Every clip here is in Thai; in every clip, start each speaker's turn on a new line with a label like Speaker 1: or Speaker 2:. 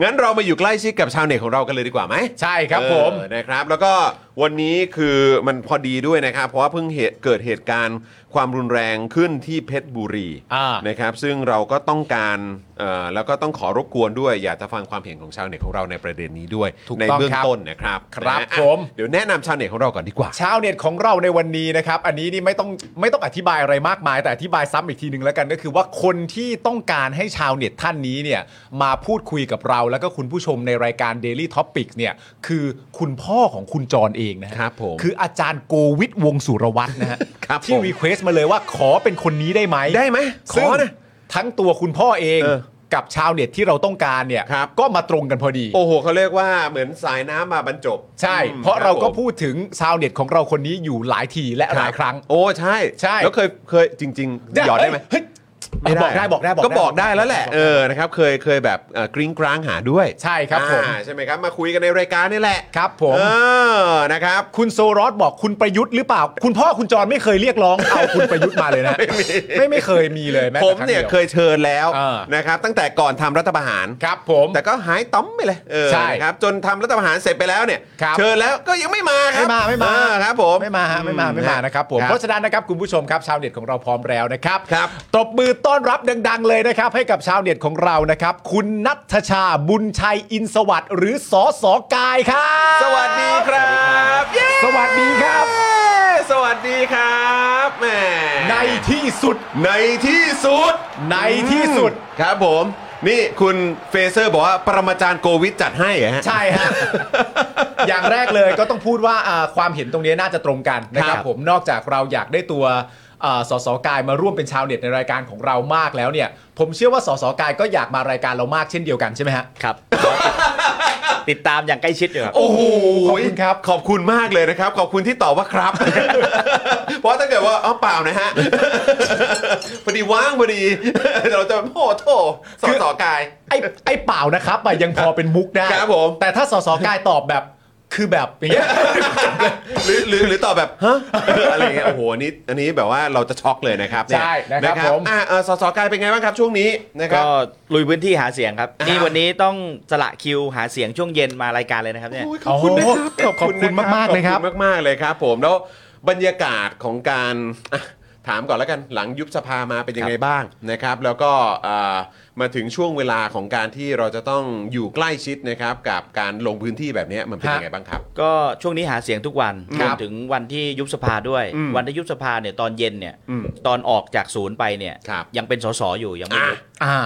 Speaker 1: งั้นเรามาอยู่ใกล้ชิดกับชาวเน็ตของเรากันเลยดีกว่าไหม
Speaker 2: ใช่ครับ
Speaker 1: เออ
Speaker 2: ผม
Speaker 1: นะครับแล้วก็วันนี้คือมันพอดีด้วยนะครับ เพราะว่าเพิ่งเหตุเกิดเหตุการณ์ความรุนแรงขึ้นที่เพชรบุรี
Speaker 2: อ่า
Speaker 1: นะครับ ซึ่งเราก็ต้องการเอ่อแล้วก็ต้องขอรบกวนด้วย อยากจะฟังความเห็นของชาวเน็ตของเราในประเด็นนี้ด้วย
Speaker 2: ถูก
Speaker 1: ใน
Speaker 2: ต้อง
Speaker 1: เบื้อง
Speaker 2: ครับ
Speaker 1: ต้นนะครับ
Speaker 2: ครับ
Speaker 1: นะฮะ
Speaker 2: ผม
Speaker 1: เดี๋ยวแนะนำชาวเน็ตของเราก่อนดีกว่า
Speaker 2: ชาวเน็ตของเราในวันนี้นะครับ อันนี้นี่ไม่ต้องไม่ต้องอธิบายอะไรมากมาย แต่อธิบายซ้ำอีกทีหนึ่งแล้วกันก็คือว่าคนที่ต้องการให้ชาวเน็ตท่านนี้เนี่ยมาพูดคุยกับเราแล้วก็คุณผู้ชมในรายการ Daily t o p i c เนี่ยคือคุณพ่อของคุณจรเองนะฮะ
Speaker 1: ครับผม
Speaker 2: คืออาจารย์โกวิทย์วงศ์สุรวัตรนะฮะ
Speaker 1: ครับ
Speaker 2: ที่
Speaker 1: ผม
Speaker 2: รีเควสต์มาเลยว่าขอเป็นคนนี้ได้ไหม
Speaker 1: ได้ไหมข
Speaker 2: ซึ่ง
Speaker 1: อนะ
Speaker 2: ทั้งตัวคุณพ่อเอง
Speaker 1: เออ
Speaker 2: กับชาวเน็ตที่เราต้องการเนี่ย
Speaker 1: ครับ
Speaker 2: ก็มาตรงกันพอดี
Speaker 1: โอ้โหเขาเรียกว่าเหมือนสายน้ำมาบรรจบ
Speaker 2: ใช่
Speaker 1: อืม
Speaker 2: เพราะเราก็
Speaker 1: คบผม
Speaker 2: พูดถึงชาวเน็ตของเราคนนี้อยู่หลายทีและหลายครั้ง
Speaker 1: โอ้ใช่
Speaker 2: ใช่
Speaker 1: แล้วเคยเคยจริงๆหยอดได้ไหม
Speaker 2: เฮ้ยเฮ้ยบอกได้บอกได้
Speaker 1: ก็บอกได้แล้วแหละเออนะครับเคยเคยแบบเอ่อกริ้งกร้างหาด้วย
Speaker 2: ใช่ครับผม
Speaker 1: อ่าใช่ไหมครับมาคุยกันในรายการนี่แหละ
Speaker 2: ครับผม
Speaker 1: เออนะครับ
Speaker 2: คุณโซรอสบอกคุณประยุทธ์หรือเปล่า คุณพ่อคุณจรไม่เคยเรียก ร้องเอาคุณประยุทธ์มาเลยนะ
Speaker 1: ไม่มี
Speaker 2: ไม่ไม่เคยมีเลยแม้
Speaker 1: ผ
Speaker 2: แต่
Speaker 1: ม
Speaker 2: ครั้ง
Speaker 1: เนี่ย
Speaker 2: ดีว
Speaker 1: เคยเชิญแล้ว
Speaker 2: เออ
Speaker 1: นะครับตั้งแต่ก่อนทำรัฐประหาร
Speaker 2: ครับผม
Speaker 1: แต่ก็หายต้อมไปเลยเออ
Speaker 2: ใช่
Speaker 1: นะครับจนทำรัฐประหารเสร็จไปแล้วเนี่ย
Speaker 2: ครับ
Speaker 1: เชิญแล้วก็ยังไม่มาครั
Speaker 2: ไม่
Speaker 1: บ
Speaker 2: มาไม่มา
Speaker 1: เออครับผม
Speaker 2: ไม่มาฮะไม่มาไม่มานะครับผมเพราะฉะนั้นนะครับคุณผู้ชมครับชาวเน็ตของเราพร้อมแล้วนะครับ
Speaker 1: ครับ
Speaker 2: ตบมือต้อนรับดัง ๆ เลยนะครับ ให้กับชาวเน็ตของเรานะครับ คุณนัทชาบุญชัยอินสวัสดิ์หรือสอสอกายครับ
Speaker 1: สวัสดีครับเย้
Speaker 2: สวัสดีครับ
Speaker 1: สวัสดีครับแหม
Speaker 2: ในที่สุด
Speaker 1: ในที่สุด
Speaker 2: ในที่สุด
Speaker 1: ครับผม นี่คุณเฟเซอร์บอกว่าปรมาจารย์โกวิทจัดให้เหรอฮะ
Speaker 2: ใช่ฮะ อย่างแรกเลยก็ต้องพูดว่าอ่าความเห็นตรงนี้น่าจะตรงกันนะค
Speaker 1: ครั
Speaker 2: รั
Speaker 1: บ บ
Speaker 2: ผมนอกจากเราอยากได้ตัวอ่าสสกายมาร่วมเป็นชาวเน็ตในรายการของเรามากแล้วเนี่ย ผมเชื่อว่าสสกายก็อยากมารายการเรามากเช่นเดียวกันใช่ไหมฮะ
Speaker 3: ครับ ติดตามอย่างใกล้ชิดอยู่ครับ
Speaker 1: โอ้โห
Speaker 2: ขอบคุณครับ
Speaker 1: ขอบคุณมากเลยนะครับ ขอบคุณที่ตอบว่า ครับ เพราะถ้าเกิดว่าอ้าวเปล่านะฮะ พอดีว่างพอดี เราจะโอ้โถสอสอกาย
Speaker 2: ไอ้ไอ้เปล่านะครับอะยังพอเป็นมุกได้
Speaker 1: ครับผม
Speaker 2: แต่ถ้าสสกายตอบแบบคือแบบอย่างเงี้ย
Speaker 1: หรือหรือหรือตอบแบบฮะอะไรเงี้ยโอ้โหอันนี้อันนี้แบบว่าเราจะช็อกเลยนะครับเนี่ย
Speaker 2: ใช่นะครับผม
Speaker 1: อ่าเอ่อสอสอกายเป็นไงบ้างครับช่วงนี้นะครับ
Speaker 3: ก็ลุยพื้นที่หาเสียงครับ
Speaker 1: อ่านี่
Speaker 3: นี่วันนี้ต้องสละคิวหาเสียงช่วงเย็นมารายการเลยนะครับเนี่ย
Speaker 1: โยขอบคุณนะครับ
Speaker 2: โอ้โหขอบคุณมากๆเลยครับ
Speaker 1: ขอณมากๆเลยครับ ผมแล้วบรรยากาศของการอ่ะถามก่อนแล้วกันหลังยุบสภามาเป็นยังไงบ้างนะครับ แล้วก็อ่ามาถึงช่วงเวลาของการที่เราจะต้องอยู่ใกล้ชิดนะครับ กับการลงพื้นที่แบบเนี้ยมันเป็นยังไงบ้างครับ
Speaker 3: ก็ช่วงนี้หาเสียงทุกวัน
Speaker 1: ค
Speaker 3: ร
Speaker 1: รับ
Speaker 3: วมถึงวันที่ยุบสภาด้วย
Speaker 1: อืม
Speaker 3: วันที่ยุบสภาเนี่ยตอนเย็นเนี่ย
Speaker 1: อืม
Speaker 3: ตอนออกจากศูนย์ไปเนี่ย
Speaker 1: ครับ
Speaker 3: ยังเป็นสสอยู่ยังไม่
Speaker 1: อ่า
Speaker 3: ยุบ
Speaker 2: อ่า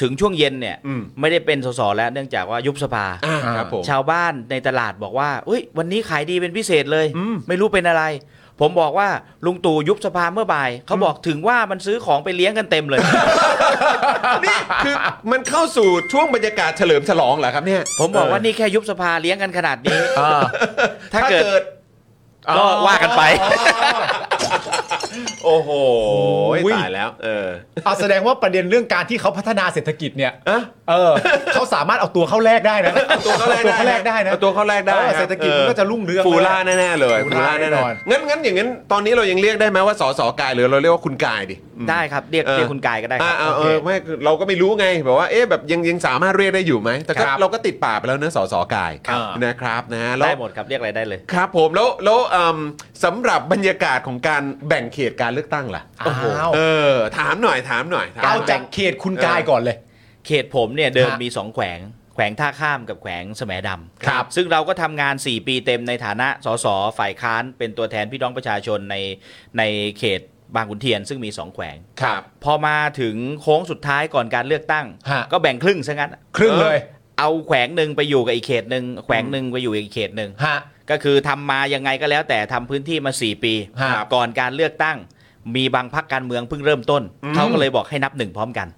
Speaker 3: ถึงช่วงเย็นเนี่ย
Speaker 1: อืม
Speaker 3: ไม่ได้เป็นสสแล้วเนื่องจากว่ายุบสภา
Speaker 1: อ่า
Speaker 2: อ่า
Speaker 1: ครับผม
Speaker 3: ชาวบ้านในตลาดบอกว่าเอ้ย วันนี้ขายดีเป็นพิเศษเลย
Speaker 1: อืม
Speaker 3: ไม่รู้เป็นอะไร ผมบอกว่าลุงตู่ยุบสภาเมื่อบ่าย เขาบอกถึงว่ามันซื้อของไปเลี้ยงกันเต็มเลย
Speaker 1: นี่คือมันเข้าสู่ช่วงบรรยากาศเฉลิมฉลองเหรอครับเนี่ย
Speaker 3: ผมบอกว่านี่แค่ยุบสภาเลี้ยงกันขนาดนี้
Speaker 2: อ่า
Speaker 3: ถ้าเกิด ก็
Speaker 2: อ๋อ
Speaker 3: ว่ากันไป
Speaker 1: โอ้โห
Speaker 2: อุ้ย
Speaker 1: ตายแล้ว เออ
Speaker 2: อ่าแสดงว่าประเด็นเรื่องการที่เขาพัฒนาเศรษฐกิจเนี่ย
Speaker 1: อ่ะ
Speaker 2: เออ เขาสามารถเอาตัวเข้าแลกได้นะ
Speaker 1: ตัวเขาแรกได้
Speaker 2: เอาตัวเข้าแลกได้นะ
Speaker 1: เอาตัวเขาแรกได้
Speaker 2: เออ
Speaker 1: ครับ
Speaker 2: เศรษฐกิจมันก็จะรุ่งเรือง
Speaker 1: ฟูล่าแน่ๆเลย
Speaker 2: ฟูล่าแน่นอน
Speaker 1: งั้นงั้นอย่างงั้นตอนนี้เรายังเรียกได้ไหมว่าสสกายหรือเราเรียกว่าคุณกายดิ
Speaker 3: ได้ครับเรียกเรียกคุณกายก็ได้ค
Speaker 1: อ่า
Speaker 3: รับ
Speaker 1: เอา
Speaker 2: โอ
Speaker 1: เอ
Speaker 2: เค
Speaker 1: อไม่คือเราก็ไม่รู้ไงแบบว่าเอ๊ะแบบยังยังสามารถเรียกได้อยู่ไหมแต่ก็
Speaker 2: ครับ
Speaker 1: เราก็ติดป่ากไปแล้วเนอะสสกาย
Speaker 2: ครับ
Speaker 1: นะครับนะฮะแล้ว
Speaker 3: ได้หมดครับเรียกอะไรได้เลย
Speaker 1: ครับผมแล้วแล้วเอิ่มสำหรับบรรยากาศของการแบ่งเขตการเลือกตั้งล่ะ
Speaker 2: อ้าว
Speaker 1: เออถามหน่อยถามหน่อยถมหน่
Speaker 2: เอา
Speaker 1: ย
Speaker 2: จากเขตคุณกายก่อนเลย
Speaker 3: เขตผมเนี่ยเดิม
Speaker 2: ฮะ
Speaker 3: มี 2 แขวง แขวงท่าข้ามกับแขวงแสมดำ
Speaker 1: ครับ
Speaker 3: ซึ่งเราก็ทำงาน 4 ปีเต็มในฐานะสสฝ่ายค้านเป็นตัวแทนพี่น้องประชาชนในในเขตบางขุนเทียน ซึ่งมี 2 แขวง
Speaker 1: ครับ
Speaker 3: พอมาถึงโค้งสุดท้ายก่อนการเลือกตั้ง
Speaker 2: ฮะ
Speaker 3: ก็แบ่งครึ่งซะงั้น
Speaker 2: ครึ่งเลย
Speaker 3: เอาแขวงหนึ่งไปอยู่กับอีกเขตหนึ่งแขวงหนึ่งไปอยู่อีกเขตหนึ่ง
Speaker 2: ฮะ
Speaker 3: ก็คือทำมายังไงก็แล้วแต่ทำพื้นที่มา 4 ปี
Speaker 2: ฮะ
Speaker 3: ก่อนการเลือกตั้ง มีบางพักการเมืองเพิ่งเริ่มต้นเขาก็เลยบอกให้นับหนึ่งพร้อมกัน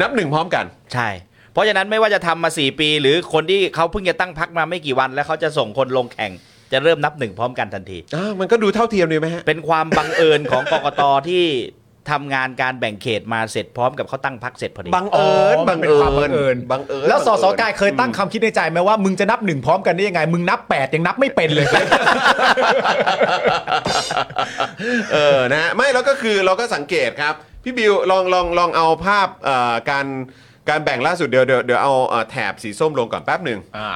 Speaker 1: นับหนึ่งพร้อมกัน
Speaker 3: ใช่ เพราะฉะนั้นไม่ว่าจะทำมา 4 ปี หรือคนที่เขาเพิ่งจะตั้งพักมาไม่กี่วัน แล้วเขาจะส่งคนลงแข่ง จะเริ่มนับหนึ่งพร้อมกันทันที
Speaker 1: อ้าวมันก็ดูเท่าเทียมดีไหมฮะ
Speaker 3: เป็นความบังเอิญของกกตที่ทำงานการแบ่งเขตมาเสร็จพร้อมกับเขาตั้งพักเสร็จพอดี
Speaker 1: บังเอิญ
Speaker 2: อ๋อมันเป็นความบังเอิญ
Speaker 1: บังเอิญ
Speaker 2: แล้วสส
Speaker 1: บังเอิญ
Speaker 2: กายเคยตั้งคำคิดในใจไหมว่ามึงจะนับหนึ่งพร้อมกันได้ยังไง มึงนับแปดยังนับไม่เป็นเลย
Speaker 1: เออนะฮะไม่แล้วก็คือเราก็สังเกตครับ พี่บิวลองลองลองเอาภาพเอ่อการ การแบ่งล่าสุดเดี๋ยวเดี๋ยวเดี๋ยวเอาเอ่อแถบสีส้มลงก่อนแป๊บหนึ่ง
Speaker 2: อ่า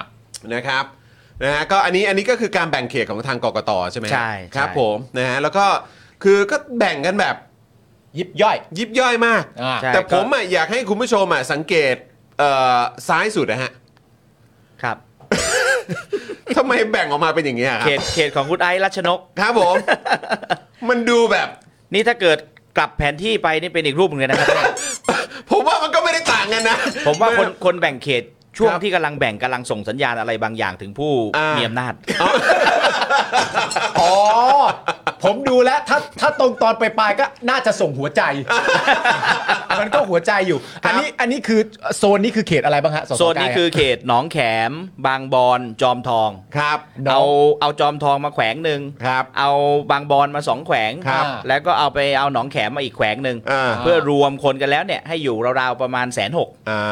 Speaker 1: นะครับนะฮะก็อันนี้อันนี้ก็คือการแบ่งเขตของทางกกตใช่ไหมฮะ
Speaker 3: ใช่
Speaker 1: ครับ
Speaker 3: ใช่
Speaker 1: ผมนะฮะแล้วก็คือก็แบ่งกันแบบ
Speaker 2: ยิบย่อย
Speaker 1: ยิบย่อยมาก
Speaker 2: อ่า
Speaker 3: ใช่
Speaker 1: แต่
Speaker 3: ก็
Speaker 1: ผมอ่ะอยากให้คุณผู้ชมอ่ะสังเกตเอ่อซ้ายสุดนะฮะ
Speaker 3: ครับ
Speaker 1: ทำไมแบ่งออกมาเป็นอย่างนี้ยครั
Speaker 3: เข
Speaker 1: บ
Speaker 3: ตเขตของคุณไอซ์รัชนก
Speaker 1: ครับ ผม มันดูแบบ
Speaker 3: นี่ถ้าเกิดกลับแผนที่ไปนี่เป็นอีกรูปหนึงเลยนะครับ
Speaker 1: ผมว่ามันก็ไม่ได้ต่างกันนะ
Speaker 3: ผมว่าคนคนแบ่งเขตช่วง
Speaker 1: ครับ
Speaker 3: ที่กำลังแบ่งกำลังส่งสัญญาณอะไรบางอย่างถึงผู้
Speaker 1: อ่ามี
Speaker 3: มีอำนาจ
Speaker 2: อ๋อ ผมดูแล้วถ้าถ้าตรงตอนไปลายๆก็น่าจะส่งหัวใจ มันก็หัวใจอยู่ อันนี้อันนี้คือโซนนี้คือเขตอะไรบ้างฮะสส
Speaker 3: โซนนี้คือเขตหนองแขม บางบอนจอมทอง
Speaker 1: ครับ
Speaker 3: เอาเอาจอมทองมาแขวงหนึ่ง
Speaker 1: ครับ
Speaker 3: เอาบางบอนมาสองแขวง
Speaker 1: ครับ
Speaker 3: แล้วก็เอาไปเอาหนองแขมมาอีกแขวงหนึ่ง
Speaker 1: อ่า
Speaker 3: เพื่อรวมคนกันแล้วเนี่ยให้อยู่ราวๆประมาณแสนหก
Speaker 1: อ่า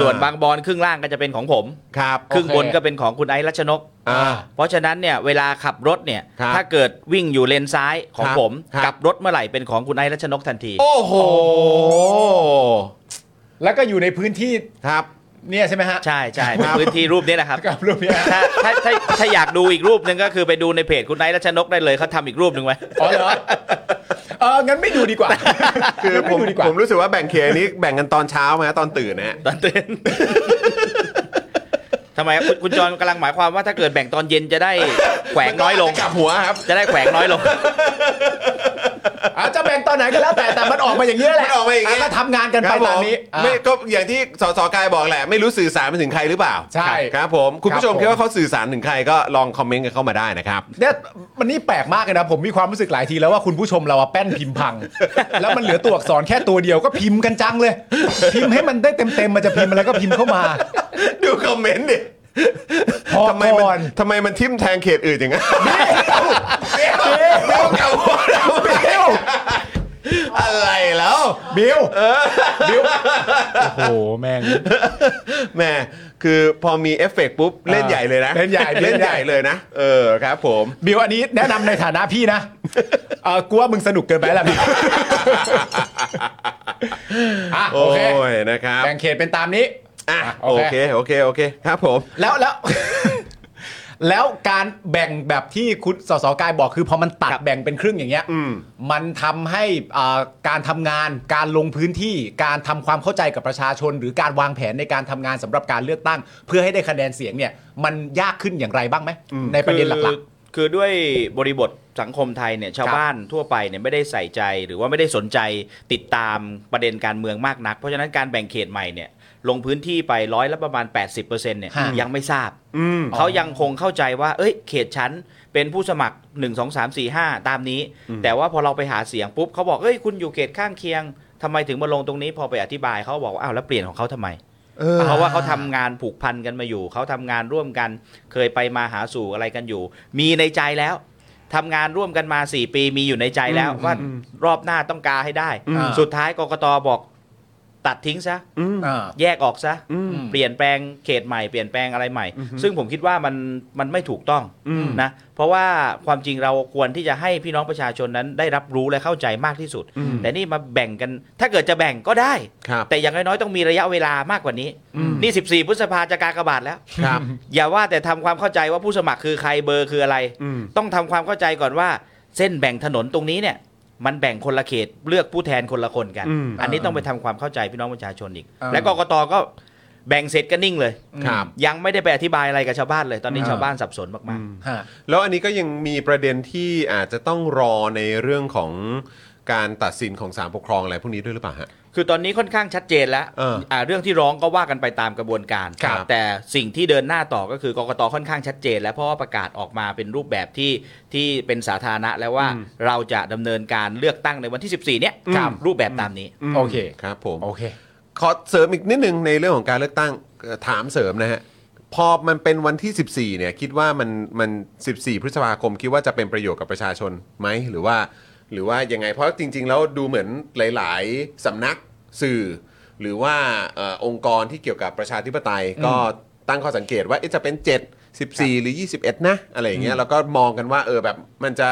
Speaker 3: ส่วนบางบอนครึ่งล่างก็จะเป็นของผม
Speaker 1: ครับ
Speaker 3: ครึ่งบนก็เป็นของคุณไอซ์รัชนก
Speaker 1: อ่า
Speaker 3: เพราะฉะนั้นเนี่ยเวลาขับรถเนี่ย
Speaker 1: ครับ
Speaker 3: ถ้าเกิดวิ่งอยู่เลนซ้ายของ
Speaker 1: ครับ
Speaker 3: ผม
Speaker 1: ครับ
Speaker 3: กลับรถเมื่อไหร่เป็นของคุณไอซ์รัชนกทันที
Speaker 1: โอ้โห
Speaker 2: แล้วก็อยู่ในพื้นที่
Speaker 1: ครับ
Speaker 2: เนี่ยใช่ไหมฮะ
Speaker 3: ใช่ใช่
Speaker 1: ครับ
Speaker 3: พื้นที่รูปนี้แหละครับ
Speaker 2: กับรูปเนี้ย
Speaker 3: ถ้าถ้าถ้าถ้าอยากดูอีกรูปหนึ่งก็คือไปดูในเพจคุณไนท์รัชนกได้เลยเขาทำอีกรูปหนึ่งไว้
Speaker 2: อ๋อเหรอเอองั้นไม่ดูดีกว่า
Speaker 1: คือ
Speaker 2: งั้น
Speaker 1: ผม
Speaker 2: ไม่ดูดีกว่า
Speaker 1: ผมรู้สึกว่าแบ่งเขตนี้แบ่งกันตอนเช้าไหมฮะตอนตื่นนะฮะ
Speaker 3: ตอนตื่นทำไมคุณคุณจรกำลังหมายความว่าถ้าเกิดแบ่งตอนเย็นจะได้แขวงน้อยลง
Speaker 1: กลับหัวครับ
Speaker 3: จะได้แขวงน้อยลง
Speaker 2: อาจจะแบ่งตอนไหนก็แล้วแต่แต่มันออกมาอย่างนี้แห
Speaker 1: มั
Speaker 2: ละ
Speaker 1: นออกมาอย่างนี้
Speaker 2: นี้ก็ทำงานกัน
Speaker 1: ค
Speaker 2: ไป
Speaker 1: รับผ
Speaker 2: ตาม
Speaker 1: ม
Speaker 2: นี้อ่ะ
Speaker 1: ไม่ก็อย่างที่สสกายบอกแหละ ไม่รู้สื่อสารไปถึงใครหรือเปล่า
Speaker 2: ใช่
Speaker 1: ครับผมคุณผู้ชม
Speaker 2: ครับผม
Speaker 1: คิดว่าเขาสื่อสารถึงใครก็ลองคอมเมนต์กันเข้ามาได้นะครับ
Speaker 2: เนี่ยมันนี่แปลกมากเลยนะ ผมมีความรู้สึกหลายทีแล้วว่าคุณผู้ชมเราอะแป้นพิมพ์พัง แล้วมันเหลือตัวอักษรแค่ตัวเดียวก็พิมพ์กันจังเลย พิมพ์ให้มันได้เต็มๆมันจะพิมพ์อะไรก็พิมพ์เข้ามา
Speaker 1: ดูคอมเมนต์ดิ
Speaker 2: พอ
Speaker 1: ทำไมมั
Speaker 2: ก่อน
Speaker 1: นทำไมมันทิ่มแทงเขตอื่นอย่างนั้น
Speaker 2: บิว
Speaker 1: อะไรแล้ว
Speaker 2: บิวบิวโอ้โหแม่ง
Speaker 1: แหม่คือพอมีเอฟเฟกต์ปุ๊บ เล่นใหญ่เลยนะ
Speaker 2: เล่นใหญ่
Speaker 1: เล่นใหญ่
Speaker 2: เล่นใหญ่
Speaker 1: เลยนะ เออครับผม
Speaker 2: บิวอันนี้แนะนำในฐานะพี่นะเออกลัวมึงสนุกเกินไปแล้วบิวอ่ะโอ
Speaker 1: โอ้
Speaker 2: เค
Speaker 1: ยนะครับ
Speaker 2: แบ่งเขตเป็นตามนี้
Speaker 1: อ่ะ
Speaker 2: ะ
Speaker 1: โอเคโอเคโอเคครับผม
Speaker 2: แล้วแล้ว แล้วการแบ่งแบบที่คุณสสกายบอกคือพอมันตัดแบ่งเป็นครึ่งอย่างเงี้ย
Speaker 1: อืม
Speaker 2: มันทำให้อ่าการทำงานการลงพื้นที่ การทำความเข้าใจกับประชาชน หรือการวางแผนในการทำงานสำหรับการเลือกตั้ง เพื่อให้ได้คะแนนเสียงเนี่ย มันยากขึ้นอย่างไรบ้างไหม
Speaker 1: อืม
Speaker 2: ในประเด็นหลัก
Speaker 3: คือคือด้วยบริบทสังคมไทยเนี่ยชาว
Speaker 2: ครับ
Speaker 3: บ้านทั่วไปเนี่ยไม่ได้ใส่ใจหรือว่าไม่ได้สนใจติดตามประเด็นการเมืองมากนัก เพราะฉะนั้นการแบ่งเขตใหม่เนี่ยลงพื้นที่ไปร้อยละประมาณ 80%เนี่ย
Speaker 2: ฮะ
Speaker 3: ยังไม่ทราบ
Speaker 1: อืม
Speaker 3: เขายังคงเข้าใจว่า เอ้ย เขตชั้นเป็นผู้สมัคร 1 2 3 4 5 ตามนี้ แต่ว่าพอเราไปหาเสียงปุ๊บเขาบอกเอ้ย คุณอยู่เขตข้างเคียงทำไมถึงมาลงตรงนี้พอไปอธิบายเขาบอกว่า อ้าว แล้วเปลี่ยนของเขาทำไม
Speaker 1: เออ
Speaker 3: เพราะว่าเขาทำงานผูกพันกันมาอยู่ เขาทำงานร่วมกัน เคยไปมาหาสู่อะไรกันอยู่ มีในใจแล้วทำงานร่วมกันมา 4 ปีมีอยู่ในใจแล้วว่ารอบหน้าต้องการให้ได้
Speaker 2: อืม
Speaker 3: สุดท้ายกกตบอก ตัดทิ้งซะ
Speaker 1: อืม
Speaker 2: ๆอ่า
Speaker 3: แยกออกซะ
Speaker 1: อืม
Speaker 2: อืม
Speaker 3: เปลี่ยนแปลงเขตใหม่เปลี่ยนแปลงอะไรใหม่ ซึ่งผมคิดว่ามันมันไม่ถูกต้อง
Speaker 1: อืม
Speaker 3: นะเพราะว่าความจริงเราควรที่จะให้พี่น้องประชาชนนั้นได้รับรู้และเข้าใจมากที่สุด แต่นี่มาแบ่งกัน ถ้าเกิดจะแบ่งก็ได้
Speaker 1: ครับ
Speaker 3: แต่อย่างน้อยๆต้องมีระยะเวลามากกว่านี้
Speaker 2: อืม
Speaker 3: นี่ 14 พฤษภาจะกากบาทแล้ว
Speaker 1: ครับ
Speaker 3: อย่าว่าแต่ทำความเข้าใจว่าผู้สมัครคือใครเบอร์คืออะไร
Speaker 1: อืม
Speaker 3: ต้องทำความเข้าใจก่อนว่า เส้นแบ่งถนนตรงนี้เนี่ย มันแบ่งคนละเขตเลือกผู้แทนคนละคนกัน
Speaker 1: อืม
Speaker 3: นนี้ต้องไปทำความเข้าใจพี่น้องประชาชนอีก
Speaker 2: อ่า
Speaker 3: และกกตก็แบ่งเสร็จก็นิ่งเลย
Speaker 1: ครับ
Speaker 3: ยังไม่ได้ไปอธิบายอะไรกับชาวบ้านเลย ตอนนี้
Speaker 2: อ่า
Speaker 3: ชาวบ้านสับสนมาก
Speaker 2: ฮะ
Speaker 1: แล้วอันนี้ก็ยังมีประเด็นที่อาจจะต้องรอในเรื่องของการตัดสินของศาลปกครองอะไรพวกนี้ด้วยหรือเปล่าฮะ
Speaker 3: ๆ คือตอนนี้ค่อนข้างชัดเจนแล้ว
Speaker 1: เอออ่
Speaker 3: าเรื่องที่ร้องก็ว่ากันไปตามกระบวนการ
Speaker 1: ครับ
Speaker 3: แต่สิ่งที่เดินหน้าต่อก็คือกกตค่อนข้างชัดเจน แล้วเพราะว่าประกาศออกมาเป็นรูปแบบที่ที่เป็นสาธารณะแล้วว่าเราจะดำเนินการเลือกตั้งในวันที่ 14 เนี่ย
Speaker 2: ครับ
Speaker 3: รูปแบบตามนี้
Speaker 1: ม
Speaker 2: โอเค
Speaker 1: ครับผม
Speaker 2: โอเค
Speaker 1: ขอเสริมอีกนิดนึงในเรื่องของการเลือกตั้งเอ่อถามเสริมนะฮะ พอมันเป็นวันที่ 14 เนี่ย คิดว่ามันมัน 14 พฤษภาคม คิดว่าจะเป็นประโยชน์กับประชาชนไหมหรือว่า หรือว่ายังไง เพราะจริง ๆ แล้วดูเหมือนหลาย ๆ สำนักสื่อ หรือว่าเออองค์กรที่เกี่ยวกับประชาธิปไตย ก็ตั้งข้อสังเกตว่าเอ๊ะจะเป็น 7 14 หรือ 21 นะ อะไรอย่างเงี้ยแล้วก็มองกันว่าเออแบบมันจะ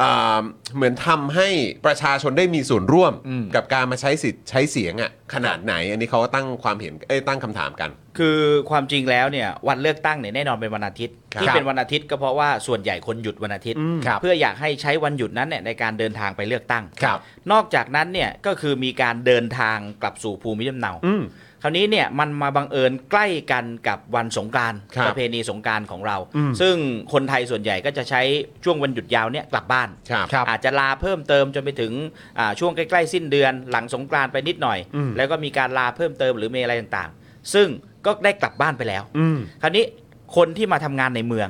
Speaker 1: อ่าเหมือนทำให้ประชาชนได้มีส่วนร่วม
Speaker 2: อืม
Speaker 1: กับการมาใช้สิทธิ์ใช้เสียงอะขนาดไหน อันนี้เขาก็ตั้งความเห็นเอ้ยตั้งคำถามกัน
Speaker 3: คือความจริงแล้วเนี่ยวันเลือกตั้งเนี่ยแน่นอนเป็นวันอาทิตย์
Speaker 1: ครับ
Speaker 3: ที่เป็นวันอาทิตย์ก็เพราะว่าส่วนใหญ่คนหยุดวันอาทิตย์
Speaker 1: อืม
Speaker 2: ครับ
Speaker 3: เพื่ออยากให้ใช้วันหยุดนั้นเนี่ยในการเดินทางไปเลือกตั้ง
Speaker 2: ครับ
Speaker 3: นอกจากนั้นเนี่ยก็คือมีการเดินทางกลับสู่ภูมิลำเนา
Speaker 1: อืม
Speaker 3: คราวนี้เนี่ยมันมาบังเอิญใกล้กันกับวันสงกราร
Speaker 1: ครับ
Speaker 3: ประเพณีสงกรารของเรา
Speaker 1: อืม
Speaker 3: ซึ่งคนไทยส่วนใหญ่ก็จะใช้ช่วงวันหยุดยาวเนี่ยกลับบ้าน
Speaker 1: ครับ
Speaker 2: ครับ
Speaker 3: อาจจะลาเพิ่มเติมจนไปถึงอ่าช่วงใกล้ๆ สิ้นเดือนหลังสงกรานต์ไปนิดหน่อย
Speaker 1: อืม
Speaker 3: แล้วก็มีการลาเพิ่มเติมหรือมีอะไรต่างๆ ซึ่งก็ได้กลับบ้านไปแล้ว
Speaker 1: อืม
Speaker 3: คราวนี้คนที่มาทำงานในเมือง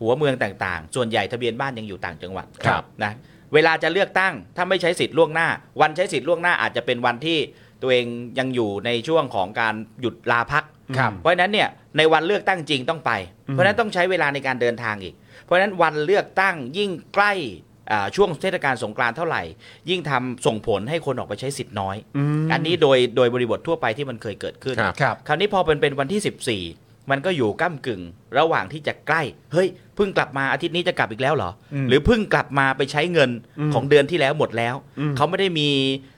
Speaker 3: หัวเมืองต่างๆ ส่วนใหญ่ทะเบียนบ้านยังอยู่ต่างจังหวัด
Speaker 1: ครับ
Speaker 3: นะเวลาจะเลือกตั้งถ้าไม่ใช้สิทธิ์ล่วงหน้า วันใช้สิทธิ์ล่วงหน้าอาจจะเป็นวันที่ตัวเองยังอยู่ในช่วงของการหยุดลาพัก
Speaker 2: ครับ
Speaker 3: เพราะฉะนั้นเนี่ยในวันเลือกตั้งจริงต้องไป
Speaker 1: อืม
Speaker 3: เพราะฉะนั้นต้องใช้เวลาในการเดินทางอีก เพราะฉะนั้นวันเลือกตั้งยิ่งใกล้อ่าช่วงเทศกาลสงกรานต์เท่าไหร่ ยิ่งทำส่งผลให้คนออกไปใช้สิทธิ์น้อย
Speaker 1: อืม
Speaker 3: อันนี้โดยโดยบริบททั่วไปที่มันเคยเกิดขึ้น
Speaker 1: ครับ
Speaker 2: ครับ
Speaker 3: คราวนี้พอเป็นเป็นวันที่ 14 มันก็อยู่ก้ากึ่ง ระหว่างที่จะใกล้ เฮ้ยเพิ่งกลับมาอาทิตย์นี้จะกลับอีกแล้วเหรอ
Speaker 2: อืม
Speaker 3: หรือเพิ่งกลับมาไปใช้เงิน
Speaker 1: อืม
Speaker 3: ของเดือนที่แล้วหมดแล้ว
Speaker 1: อืม
Speaker 3: เขาไม่ได้มี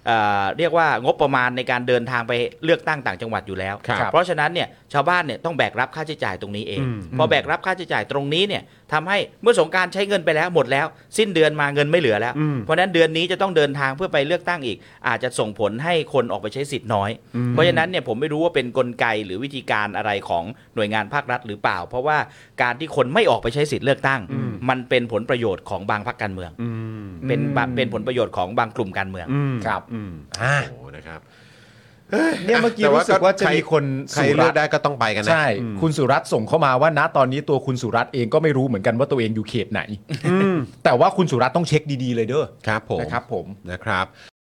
Speaker 3: เอ่อเรียกว่างบประมาณในการเดินทางไปเลือกตั้งต่างจังหวัดอยู่แล้ว
Speaker 1: ครับ
Speaker 3: เพราะฉะนั้นเนี่ยชาวบ้านเนี่ยต้องแบกรับค่าใช้จ่ายตรงนี้เอง
Speaker 1: อืม
Speaker 3: พอแบกรับค่าใช้จ่ายตรงนี้เนี่ยทำให้เมื่อสงกรารใช้เงินไปแล้วหมดแล้ว สิ้นเดือนมาเงินไม่เหลือแล้ว
Speaker 1: อืม
Speaker 3: เพราะฉะนั้นเดือนนี้จะต้องเดินทางเพื่อไปเลือกตั้งอีก อาจจะส่งผลให้คนออกไปใช้สิทธิ์น้อย
Speaker 1: อืม
Speaker 3: เพราะฉะนั้นเนี่ยผมไม่รู้ว่าเป็นกลไกหรือวิธีการอะไรของหน่วยงานภาครัฐหรือเปล่า เพราะว่าการที่คนไม่ออกไปใช้สิทธิ์เลือกตั้ง มันเป็นผลประโยชน์ของบางพรรคการเมือง
Speaker 1: อืม
Speaker 3: เป็นบะ
Speaker 2: อืม
Speaker 3: เป็นผลประโยชน์ของบางกลุ่มการเมือง
Speaker 1: อืม
Speaker 2: ครับ
Speaker 1: อืม
Speaker 2: อ่า
Speaker 1: โอ้นะครับ
Speaker 2: เนี่ยเมื่อกี้
Speaker 1: แต่
Speaker 2: รู้สึกว่าจะ
Speaker 1: ใร
Speaker 2: มีคน
Speaker 1: ใคร
Speaker 2: สุ
Speaker 1: เลือ
Speaker 2: รัต
Speaker 1: ก
Speaker 2: น์
Speaker 1: ได้ก็ต้องไปกันนะ
Speaker 2: ใช่
Speaker 1: อืม
Speaker 2: คุณสุรัตน์ส่งเข้ามาว่าณตอนนี้ตัวคุณสุรัตน์เองก็ไม่รู้เหมือนกันว่าตัวเองอยู่เขตไหน
Speaker 1: อืม
Speaker 2: แต่ว่าคุณสุรัตน์ต้องเช็คดีๆเลยเด้อ
Speaker 1: ครับผม
Speaker 2: นะครับผม
Speaker 1: นะครับ